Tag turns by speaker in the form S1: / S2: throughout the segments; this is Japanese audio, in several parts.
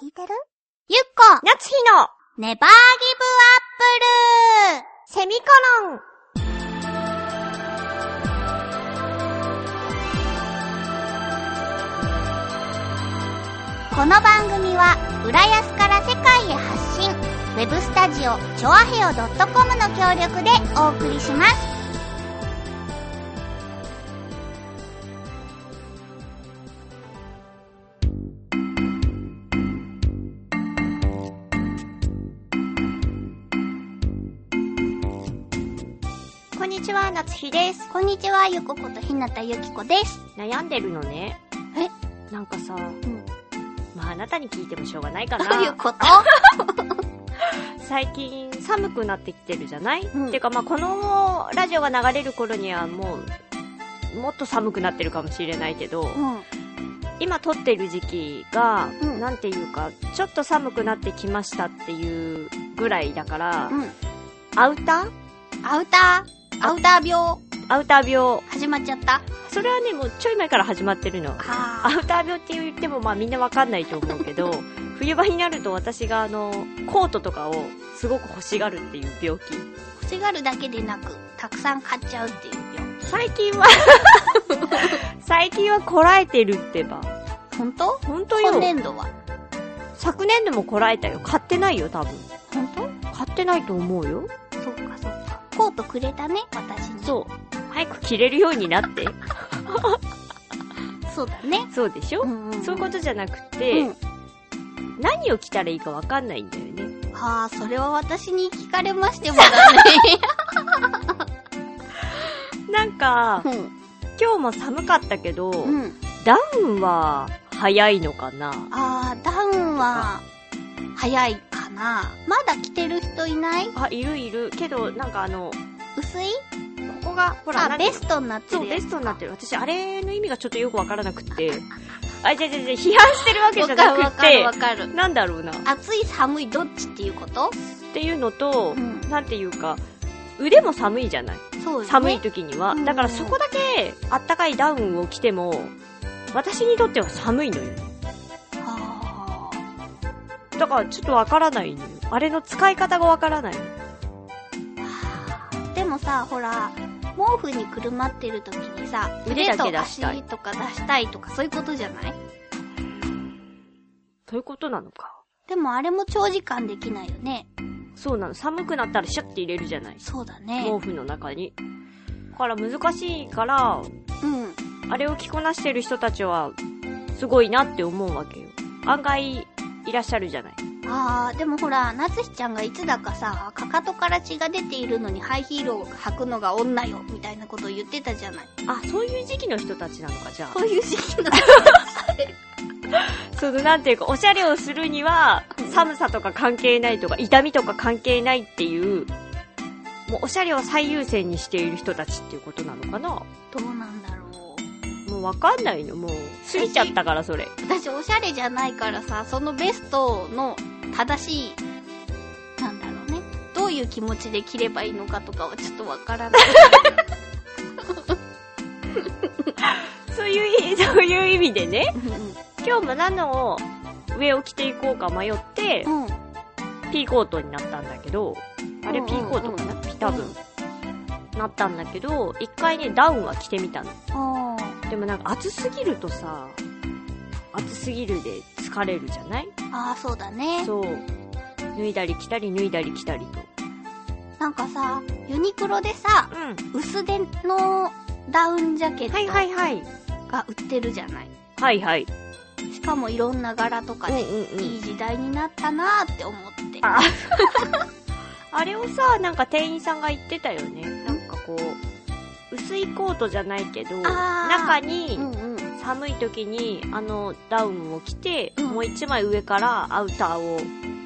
S1: 聞いてるゆっこ
S2: 夏日の
S1: ネバーギブアップル
S2: セミコロン
S1: この番組は浦安から世界へ発信ウェブスタジオチョアヘオ .com の協力でお送りします
S2: こんにちは、夏日です。
S1: こんにちはゆこことひなたゆきこです
S2: 悩んでるのね。なんかさ、
S1: ん
S2: まああなたに聞いてもしょうがないか
S1: ど
S2: な。
S1: ういうこと
S2: 最近寒くなってきてるじゃない、
S1: うん
S2: てかまあこのラジオが流れる頃にはもう、もっと寒くなってるかもしれないけど、
S1: うん
S2: 今撮ってる時期が、
S1: うん
S2: なんていうか、ちょっと寒くなってきましたっていうぐらいだから、
S1: うん
S2: アウター
S1: アウターアウター病
S2: アウター病。
S1: 始まっちゃった
S2: それはね、もうちょい前から始まってるの。ア
S1: あ
S2: ウター病って言ってもまあみんなわかんないと思うけど、冬場になると私があの、コートとかをすごく欲しがるっていう病気。
S1: 欲しがるだけでなくたくさん買っちゃうっていう病
S2: 最近は、 最近はこらえてるってば。
S1: 本当
S2: 本当
S1: 今
S2: よ。
S1: 年度は
S2: 昨年度もこらえたよ。買ってないよ、多分。
S1: 本当
S2: 買ってないと思うよ。
S1: そうかそうか。コートくれたね、私に。
S2: そう。早く着れるようになって。
S1: そうだね。
S2: そうでしょ、
S1: んんん
S2: そういうことじゃなくて、
S1: うん。
S2: 何を着たらいいかわかんないんだよね。
S1: はあ、それは私に聞かれましてもだ
S2: なんか、
S1: ね。
S2: 今日も寒かったけ ど、
S1: うん。うん。
S2: ダウンは早いのかな
S1: あー、ダウンは、早いかな。まだ着てる人いない
S2: あ、いるいる。けど、なんかあの、
S1: 薄い
S2: ここが、ほら、な
S1: あ、
S2: んか
S1: ベストになって
S2: そう、
S1: るや
S2: ベ
S1: つ
S2: ストになってる。私、あれの意味がちょっとよくわからなくって。あ、違う違う違う、批判してるわけじゃ
S1: わかる
S2: な
S1: わ
S2: く
S1: かるわ
S2: て、
S1: かる。
S2: なんだろうな。っ
S1: 暑い寒いどっちっていうこと
S2: ていうのと
S1: う、ん。
S2: なんていうか、腕も寒いじゃない
S1: そうよね。
S2: 寒い。時には
S1: う。ん
S2: だからそこだけ、あったかいダウンを着ても、私にとっては寒いのよ。
S1: あ
S2: だからちょっとわからないのよ。あれの使い方がわからないの。
S1: ーでもさ、ほら、毛布にくるまってる時にさ、
S2: 腕
S1: 腕
S2: だ
S1: と
S2: け出したい
S1: 足とか出したいとかそういうことじゃない
S2: そういうことなのか。
S1: でもあれも長時間できないよね。
S2: そうなの。寒くなったらシャッて入れるじゃない
S1: そうだね。
S2: 毛布の中に。だから難しいから、
S1: うん。
S2: あれを着こなしてる人たちは、すごいなって思うわけよ。案外、いらっしゃるじゃない。
S1: あー、でもほら、夏日ちゃんがいつだかさ、かかとから血が出ているのにハイヒールを履くのが女よ、みたいなことを言ってたじゃない。
S2: あ、そういう時期の人たちなのか、じゃ
S1: そういう時 期の。
S2: あ。その、なんていうか、おしゃれをするには
S1: うん、
S2: 寒さとか関係ないとか、痛みとか関係ないっていう、もうおしゃれを最優先にしている人たちっていうことなのかな
S1: どうなんだろう。
S2: もうわかんないの、もう。過ぎちゃったから、それ。
S1: 私、おしゃれじゃないからさ、そのベストの正しい、なんだろうね。どういう気持ちで着ればいいのかとかはちょっとわから ない。
S2: そういう意、そういう意味でね、
S1: う
S2: 今日も何の上を着ていこうか迷って、
S1: ん。うん。
S2: ピーコートになったんだけど、あれ
S1: うんうん
S2: ピーコートかな多分。なったんだけど、一回ね、ダウンは着てみたの。
S1: あ
S2: でもなんか暑すぎるとさ、暑すぎるで疲れるじゃない
S1: ーあー、そうだね。
S2: そう。脱いだり着たり脱いだり着たりと。
S1: なんかさ、ユニクロでさ、
S2: うん。
S1: 薄手のダウンジャケ
S2: はいはい
S1: ッ
S2: はい。
S1: トが売ってるじゃない。
S2: はいはい。
S1: しかもいろんな柄とか
S2: うんう
S1: で、
S2: んう
S1: いい
S2: ん。
S1: 時代になったなーって思って。
S2: ああれをさ、なんか店員さんが言ってたよね。なんかこう、薄いコートじゃないけど、
S1: あー
S2: 中に、
S1: うんうん。
S2: 寒い時にあのダウンを着て、
S1: うん
S2: もう一枚上からアウターを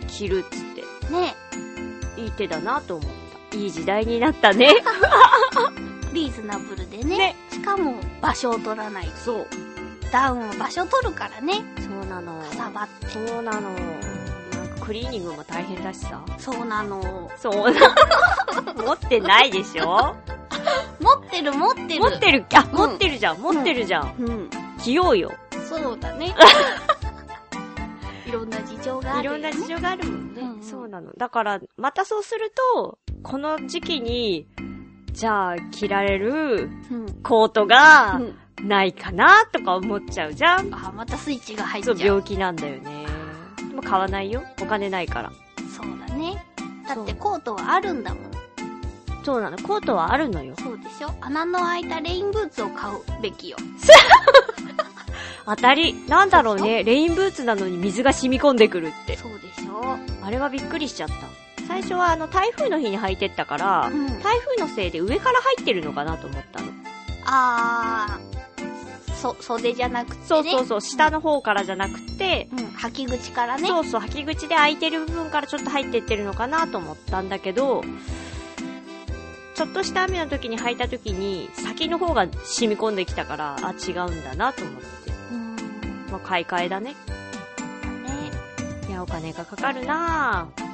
S2: 着るっつって
S1: ね
S2: いい手だなと思ったいい時代になった ね
S1: リーズナブルでね。
S2: ね
S1: しかも、場所を取らない。
S2: そう
S1: ダウンは場所取るからね。
S2: そうなの
S1: かさばっ
S2: そうなのなんかクリーニングも大変だしさ
S1: そうなの。
S2: そうな 持ってないでしょ
S1: 持ってる持ってる。
S2: 持ってるあ、
S1: ん
S2: 持ってるじゃん持ってるじゃん、
S1: うん。
S2: 着ようよ
S1: そうだね。いろんな事情があ
S2: い
S1: るよ
S2: ろ
S1: ね。
S2: んな事情があるもんね。
S1: うんうん
S2: そうなの。だから、またそうすると、この時期に、じゃあ着られる
S1: うん。
S2: コートが
S1: うん
S2: ないかなとか思っちゃうじゃん。
S1: あ、またスイッチが入っちゃ。
S2: そうう、病気なんだよね。でも買わないよ。お金ないから。
S1: そうだね。だって
S2: そう
S1: コートはあるんだもん。
S2: そうなの。コートはあるのよ。
S1: そうでしょ穴の開いたレインブーツを買うべきよ。
S2: 当たり。なんだろうね。レインブーツなのに水が染み込んでくるって。
S1: そうでしょ
S2: あれはびっくりしちゃった。最初はあの、台風の日に履いてったから、
S1: うん。
S2: 台風のせいで上から入ってるのかなと思ったの。
S1: あー、そ、袖じゃなくてね。
S2: そうそうそう、下の方からじゃなくて、
S1: うん。履き口からね。
S2: そうそう、履き口で空いてる部分からちょっと入ってってるのかなと思ったんだけど、ちょっとした雨の時に履いた時に、先の方が染み込んできたから、あ、違うんだなと思って。
S1: うん。ね。
S2: まあ、買い替えだね。いや、お金がかかるなぁ。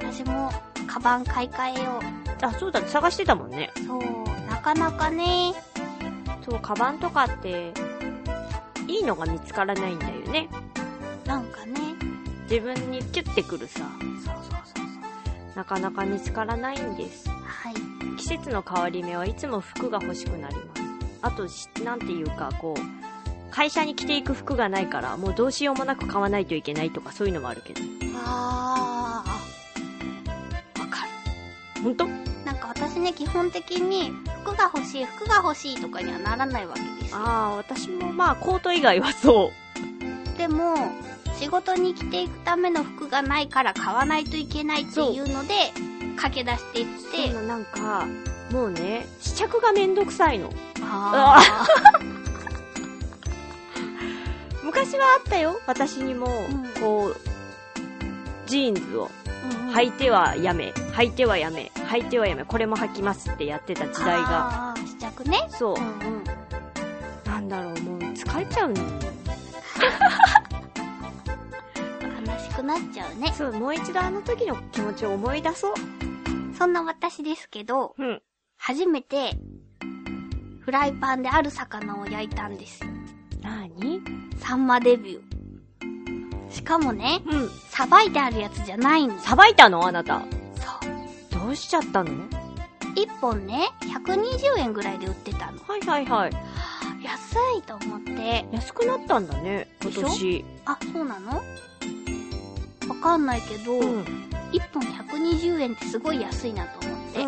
S1: 私も、カバン買い替えよ
S2: あ、そうだ、探してたもんね。
S1: う。そう。なかなかね。
S2: そう、カバンとかって、いいのが見つからないんだよね。
S1: なんかね。
S2: 自分にキュッてくるさ、
S1: そうそうそうそ
S2: なかなか見つからないんです。
S1: う。はい。
S2: 季節の変わり目はいつも服が欲しくなります。あとし、なんていうか、こう、会社に着ていく服がないから、もうどうしようもなく買わないといけないとかそういうのもあるけど。
S1: あー。わかる。
S2: ほんと
S1: なんか私ね、基本的に、服が欲しい、服が欲しいとかにはならないわけですよ。
S2: ああ、私もまあ、コート以外はそう。
S1: でも、仕事に着ていくための服がないから買わないといけないっていうので、駆け出してい
S2: で
S1: って、
S2: もなんか、もうね、試着がめんどくさいの。
S1: あ
S2: 昔はあったよ、私にも、
S1: うん
S2: こう、ジーンズを
S1: ー、
S2: 履いてはやめ、履いてはやめ、履いてはやめ、これも履きますってやってた時代が。
S1: が。あー試着ね。
S2: そう
S1: う。んうん。
S2: なんだろう、もう疲れちゃうね。
S1: 悲しくなっちゃうね。
S2: そう、もう一度あの時の気持ちを思い出そう。
S1: そんな私ですけど、
S2: うん。
S1: 初めて、フライパンである魚を焼いたんです。
S2: なーに
S1: サンマデビュー。しかもね、
S2: うん。
S1: さばいてあるやつじゃないの。そ
S2: さばいたのあなた。
S1: う。
S2: どうしちゃったの
S1: 一本ね、120円ぐらいで売ってたの。
S2: はいはいはい。
S1: 安いと思って。
S2: 安くなったんだね、今
S1: でしょ
S2: 年。
S1: あ、そうなのわかんないけど、
S2: うん。
S1: 一本120円ってすごい安いなと思って。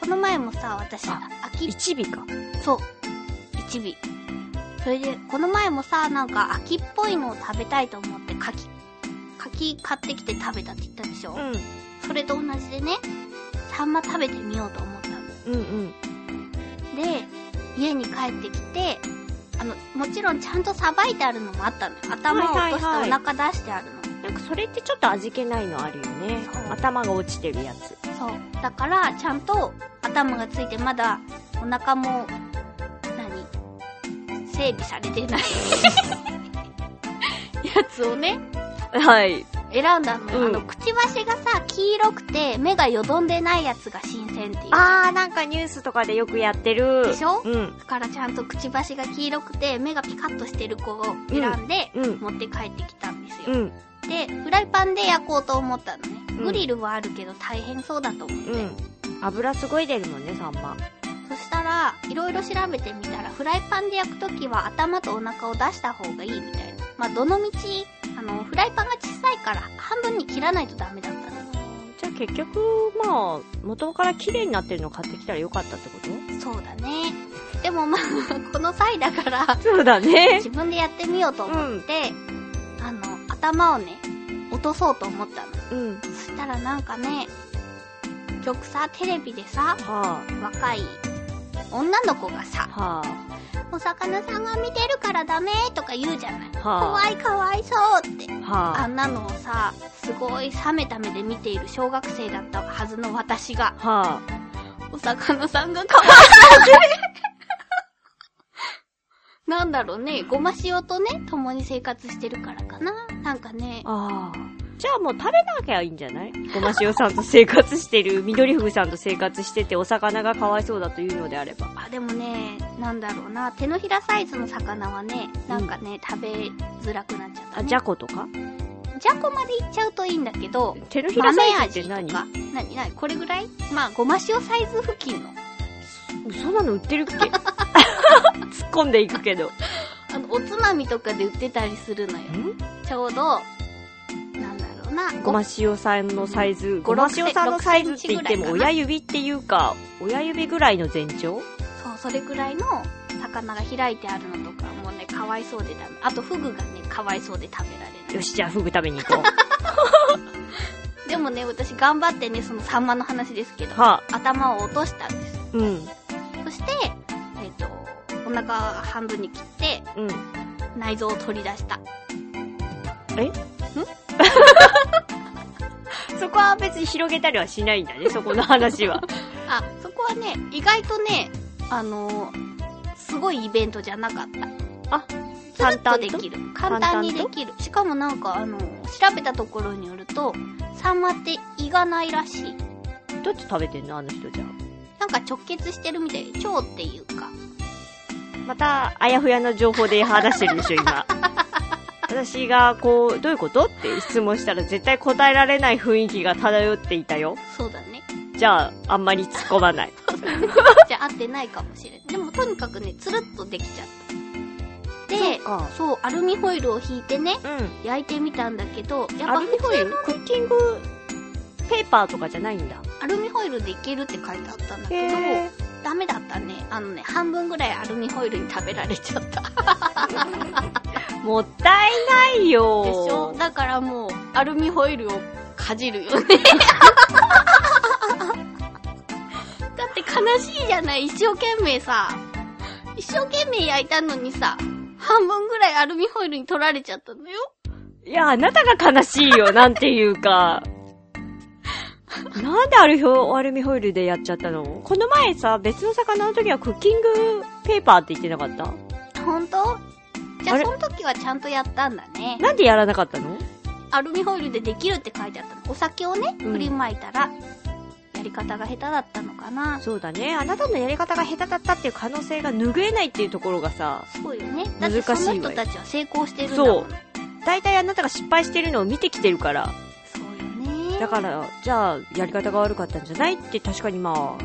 S1: この前もさ、私、
S2: あ
S1: 秋、
S2: 一尾か。
S1: そう、一尾。それで、この前もさ、なんか秋っぽいのを食べたいと思って、柿、柿買ってきて食べたって言ったでしょ、
S2: うん。
S1: それと同じでね、サンマ食べてみようと思ったの。
S2: うんうん。
S1: で、家に帰ってきて、あの、もちろんちゃんとさばいてあるのもあったのよ。頭を落として
S2: はいはいは
S1: お腹出してあるの。
S2: なんかそれってちょっと味気ないのあるよね
S1: そう。
S2: 頭が落ちてるやつ。
S1: そう。だから、ちゃんと頭がついてまだお腹も、何整備されてない。やつをね、
S2: はい。
S1: 選んだのよ。
S2: うん
S1: あの、くちばしがさ、黄色くて、目がよどんでないやつが新鮮っていう。
S2: あー、なんかニュースとかでよくやってる。
S1: でしょ
S2: うん。
S1: だからちゃんとくちばしが黄色くて、目がピカッとしてる子を選んで、
S2: うん。
S1: 持って帰ってきたんですよ。
S2: うん。
S1: で、フライパンで焼こうと思ったのね。
S2: うん
S1: グリルはあるけど大変そうだと思って。
S2: うん。油すごい出るもんね、サンマ。
S1: そしたら、いろいろ調べてみたら、フライパンで焼くときは頭とお腹を出した方がいいみたいな。まあ、どのみち、あの、フライパンが小さいから半分に切らないとダメだったの。
S2: じゃあ結局、まあ、元から綺麗になってるの買ってきたらよかったってこと
S1: そうだね。でもまあ、 この際だから、
S2: そうだね。
S1: 自分でやってみようと思って、あの、頭をね、落とそうと思ったの。
S2: うん。は
S1: そしたらなんかね、よくさ、テレビでさ、
S2: あ、
S1: 若い女の子がさ、
S2: は
S1: お魚さんが見てるからダメとか言うじゃない。
S2: あ、
S1: か
S2: は
S1: わいかわいそうって。
S2: あ、は
S1: あ
S2: あ、
S1: んなのをさ、すごい冷めた目で見ている小学生だったはずの私が、
S2: はあ。
S1: お魚さんがかわいそうで。 なんだろうね、ごま塩とね、共に生活してるからかな。なんかね、
S2: ああ。じゃあもう食べなきゃいいんじゃないごま塩さんと生活してる、緑ふぐさんと生活してて、お魚がかわいそうだというのであれば。
S1: あでもね、なんだろうな、手のひらサイズの魚はね、なんかね、食べづらくなっちゃった、
S2: あ、
S1: ね。
S2: じゃことか
S1: じゃこまでいっちゃうといいんだけど、
S2: 手のひら
S1: 豆
S2: サイ
S1: 味
S2: ズ
S1: と
S2: って
S1: か
S2: 何。
S1: 何何これぐらいまあ、ごま塩サイズ付近の。
S2: そんなの売ってるっけ突っ込んでいくけど。
S1: あの、おつまみとかで売ってたりするのよ。ちょうど、なんだろうな。
S2: ごま塩さんのサイズ、
S1: ご
S2: ごま塩さんのサイズって言っても
S1: 6 6
S2: 親指っていうか、親指ぐらいの全長
S1: そう、それぐらいの魚が開いてあるのとか、もうね、かわいそうでダメ。あと、フグがね、かわいそうで食べられな
S2: よ
S1: い。
S2: し、じゃあフグ食べに行こ
S1: でもね、私頑張ってね、そのサンマの話ですけど、
S2: う。はあ、
S1: 頭を落としたんです。
S2: うん、
S1: そして、えっ、と、お腹半分に切って、
S2: うん。
S1: 内臓を取り出した。
S2: そこは別に広げたりはしないんだね、そこの話は。
S1: あ、そこはね、意外とね、あのーすごいイベントじゃなかった。
S2: あ、
S1: つるっと
S2: 簡単
S1: で
S2: と
S1: きる。簡単にできる。しかもなんか、あのー調べたところによると、サンマって胃がないらしい。
S2: どっち食べてんのあの人じゃん。
S1: なんか直結してるみたいで、腸っていうか。
S2: また、あやふやの情報で話してるでしょ、今。私が、こう、どういうことって質問したら絶対答えられない雰囲気が漂っていたよ。
S1: そうだ ね。
S2: じゃあ、あんまり突っ込まない。
S1: じゃあ合ってないかもしれない。でもとにかくね、つるっとできちゃった。で、
S2: そうか
S1: そうアルミホイルを引いてね、
S2: うん。
S1: 焼いてみたんだけど、やっぱ
S2: アルミホイルクッキングペーパーとかじゃないんだ。
S1: アルミホイルでいけるって書いてあったんだけど、ダメだったね。あのね、半分ぐらいアルミホイルに食べられちゃった。で
S2: もったいないよ
S1: しょだからもう、アルミホイルをかじる よね。だって悲しいじゃない一生懸命さ、一生懸命焼いたのにさ、半分ぐらいアルミホイルに取られちゃったのよ。
S2: いや、あなたが悲しいよ、なんていう か。なんでアルフアルミホイルでやっちゃったのこの前さ、別の魚の時はクッキングペーパーって言ってなかった
S1: ほんとじゃあ
S2: あれ
S1: その時はちゃんとやったんだね。
S2: なんでやらなかったの
S1: アルミホイルでできるって書いてあったの。お酒をね、
S2: うん
S1: 振りまいたら、やり方が下手だったのかな。
S2: そうだね。あなたのやり方が下手だったっていう可能性が拭えないっていうところがさ、
S1: そうよね。だってそ
S2: 難しい
S1: の
S2: わ
S1: 人
S2: よ
S1: たちは成功してるんだもん。
S2: そう大体あなたが失敗してるのを見てきてるから。
S1: そうよね。
S2: だから、じゃあ、やり方が悪かったんじゃないって確かにまあ、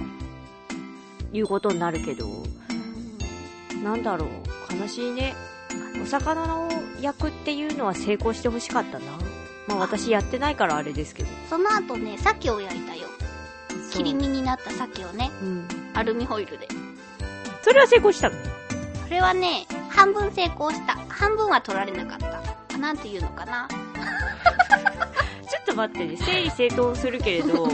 S2: いうことになるけど、
S1: うん
S2: なんだろう、悲しいね。お魚を焼くっていうのは成功してほしかったな。まあ私やってないからあれですけど。
S1: その後ね、鮭を焼いたよ。
S2: そ
S1: 切
S2: う
S1: り身になった鮭をね、
S2: うん。
S1: アルミホイルで。
S2: それは成功したの
S1: それはね、半分成功した。半分は取られなかった。なんていうのかな。
S2: ちょっと待ってね、整理整頓するけれど、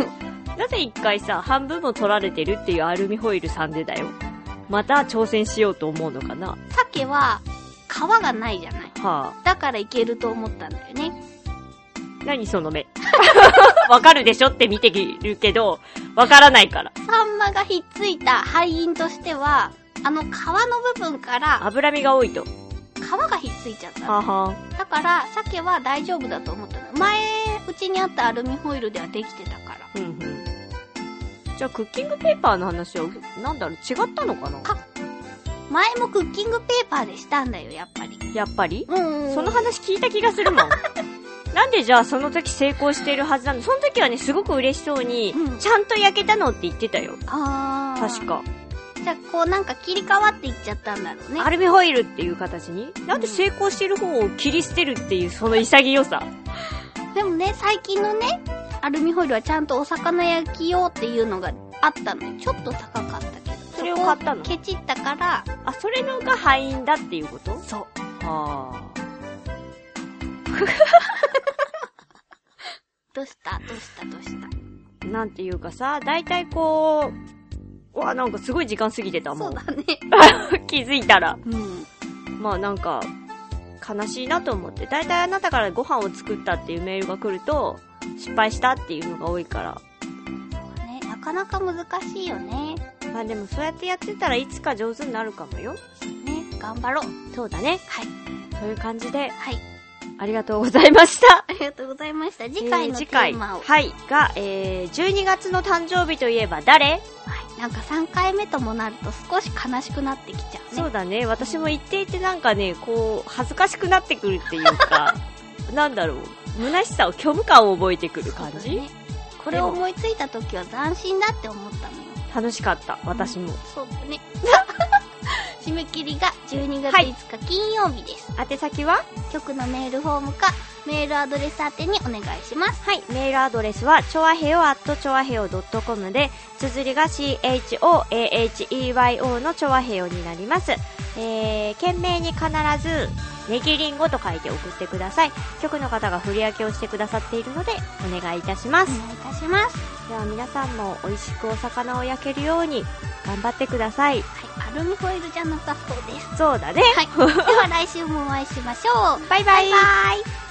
S2: なぜ一回さ、半分も取られてるっていうアルミホイルさんでだよ。また挑戦しようと思うのかな
S1: 鮭は、皮がないじゃない。
S2: は
S1: だからいけると思ったんだよね。
S2: あ、何そ の目。わかるでしょって見てるけど、わからないから。
S1: サンマがひっついた敗因としては、あの皮の部分から、
S2: 脂身が多いと。
S1: 皮がひっついちゃったの。
S2: はは
S1: だから、鮭は大丈夫だと思ったの。前、うちにあったアルミホイルではできてたから。
S2: うんうん。じゃあ、クッキングペーパーの話は、なんだろう、違ったのかな
S1: か前もクッキングペーパーでしたんだよ、やっぱり。
S2: やっぱり
S1: うん、
S2: その話聞いた気がする もん。なんでじゃあその時成功してるはずなのその時はね、すごく嬉しそうに、
S1: うん
S2: ちゃんと焼けたのって言ってたよ。
S1: あー
S2: 確。か。
S1: じゃあ、こうなんか切り替わっていっちゃったんだろうね。
S2: アルミホイルっていう形に。なんで成功してる方を切り捨てるっていうその潔さ。
S1: でもね、最近のね、アルミホイルはちゃんとお魚焼き用っていうのがあったのよ。ちょっと高かったけど。
S2: それを買ったの
S1: こをケチったから、
S2: あ、それのが敗因だっていうこと
S1: そう。
S2: ああ。
S1: どうしたどうしたどうした
S2: なんていうかさ、だいたいこう、うわ、なんかすごい時間過ぎてたも
S1: そ
S2: ん
S1: う。だね。
S2: 気づいたら。
S1: うん。
S2: まあなんか、悲しいなと思って。大体あなたからご飯を作ったっていうメールが来ると、失敗したっていうのが多いから。
S1: ね、なかなか難しいよね。
S2: まあでもそうやってやってたらいつか上手になるかもよ。
S1: ね、頑張ろう。
S2: そうだね。
S1: はい。
S2: そういう感じで、
S1: はい。
S2: ありがとうございました。
S1: ありがとうございました。 次回の
S2: え
S1: テ
S2: 次回
S1: ーマを。
S2: はい。が、えー、12月の誕生日といえば誰、
S1: はい。なんか3回目ともなると少し悲しくなってきちゃうね。
S2: そうだ ね。私も言っていてなんかね、こう、恥ずかしくなってくるっていうか、なんだろう。虚しさを虚無感を覚えてくる感
S1: そう
S2: じ、
S1: だねこれを思いついた時は斬新だって思ったのよ
S2: 楽しかった私も、
S1: そうだね 締め切りが12月
S2: はい
S1: 5日金曜日です、
S2: 宛先は
S1: 局のメールフォームかメールアドレス宛てにお願いします
S2: はい、メールアドレスは、ちょあへよ at ちょあへよ .com で、綴りが CHOAHEYO のちょあへよになります。えー、懸命に必ず、ネギリンゴと書いて送ってください。局の方が振り分けをしてくださっているので、お願いいたしま
S1: お
S2: す。
S1: 願いいたします、
S2: では皆さんも美味しくお魚を焼けるように、頑張ってくださ
S1: は
S2: い。
S1: い、アルミホイルじゃなさそうです
S2: そうだね。
S1: はいでは来週もお会いしましょう
S2: バイバ
S1: バ
S2: イ。
S1: イバイ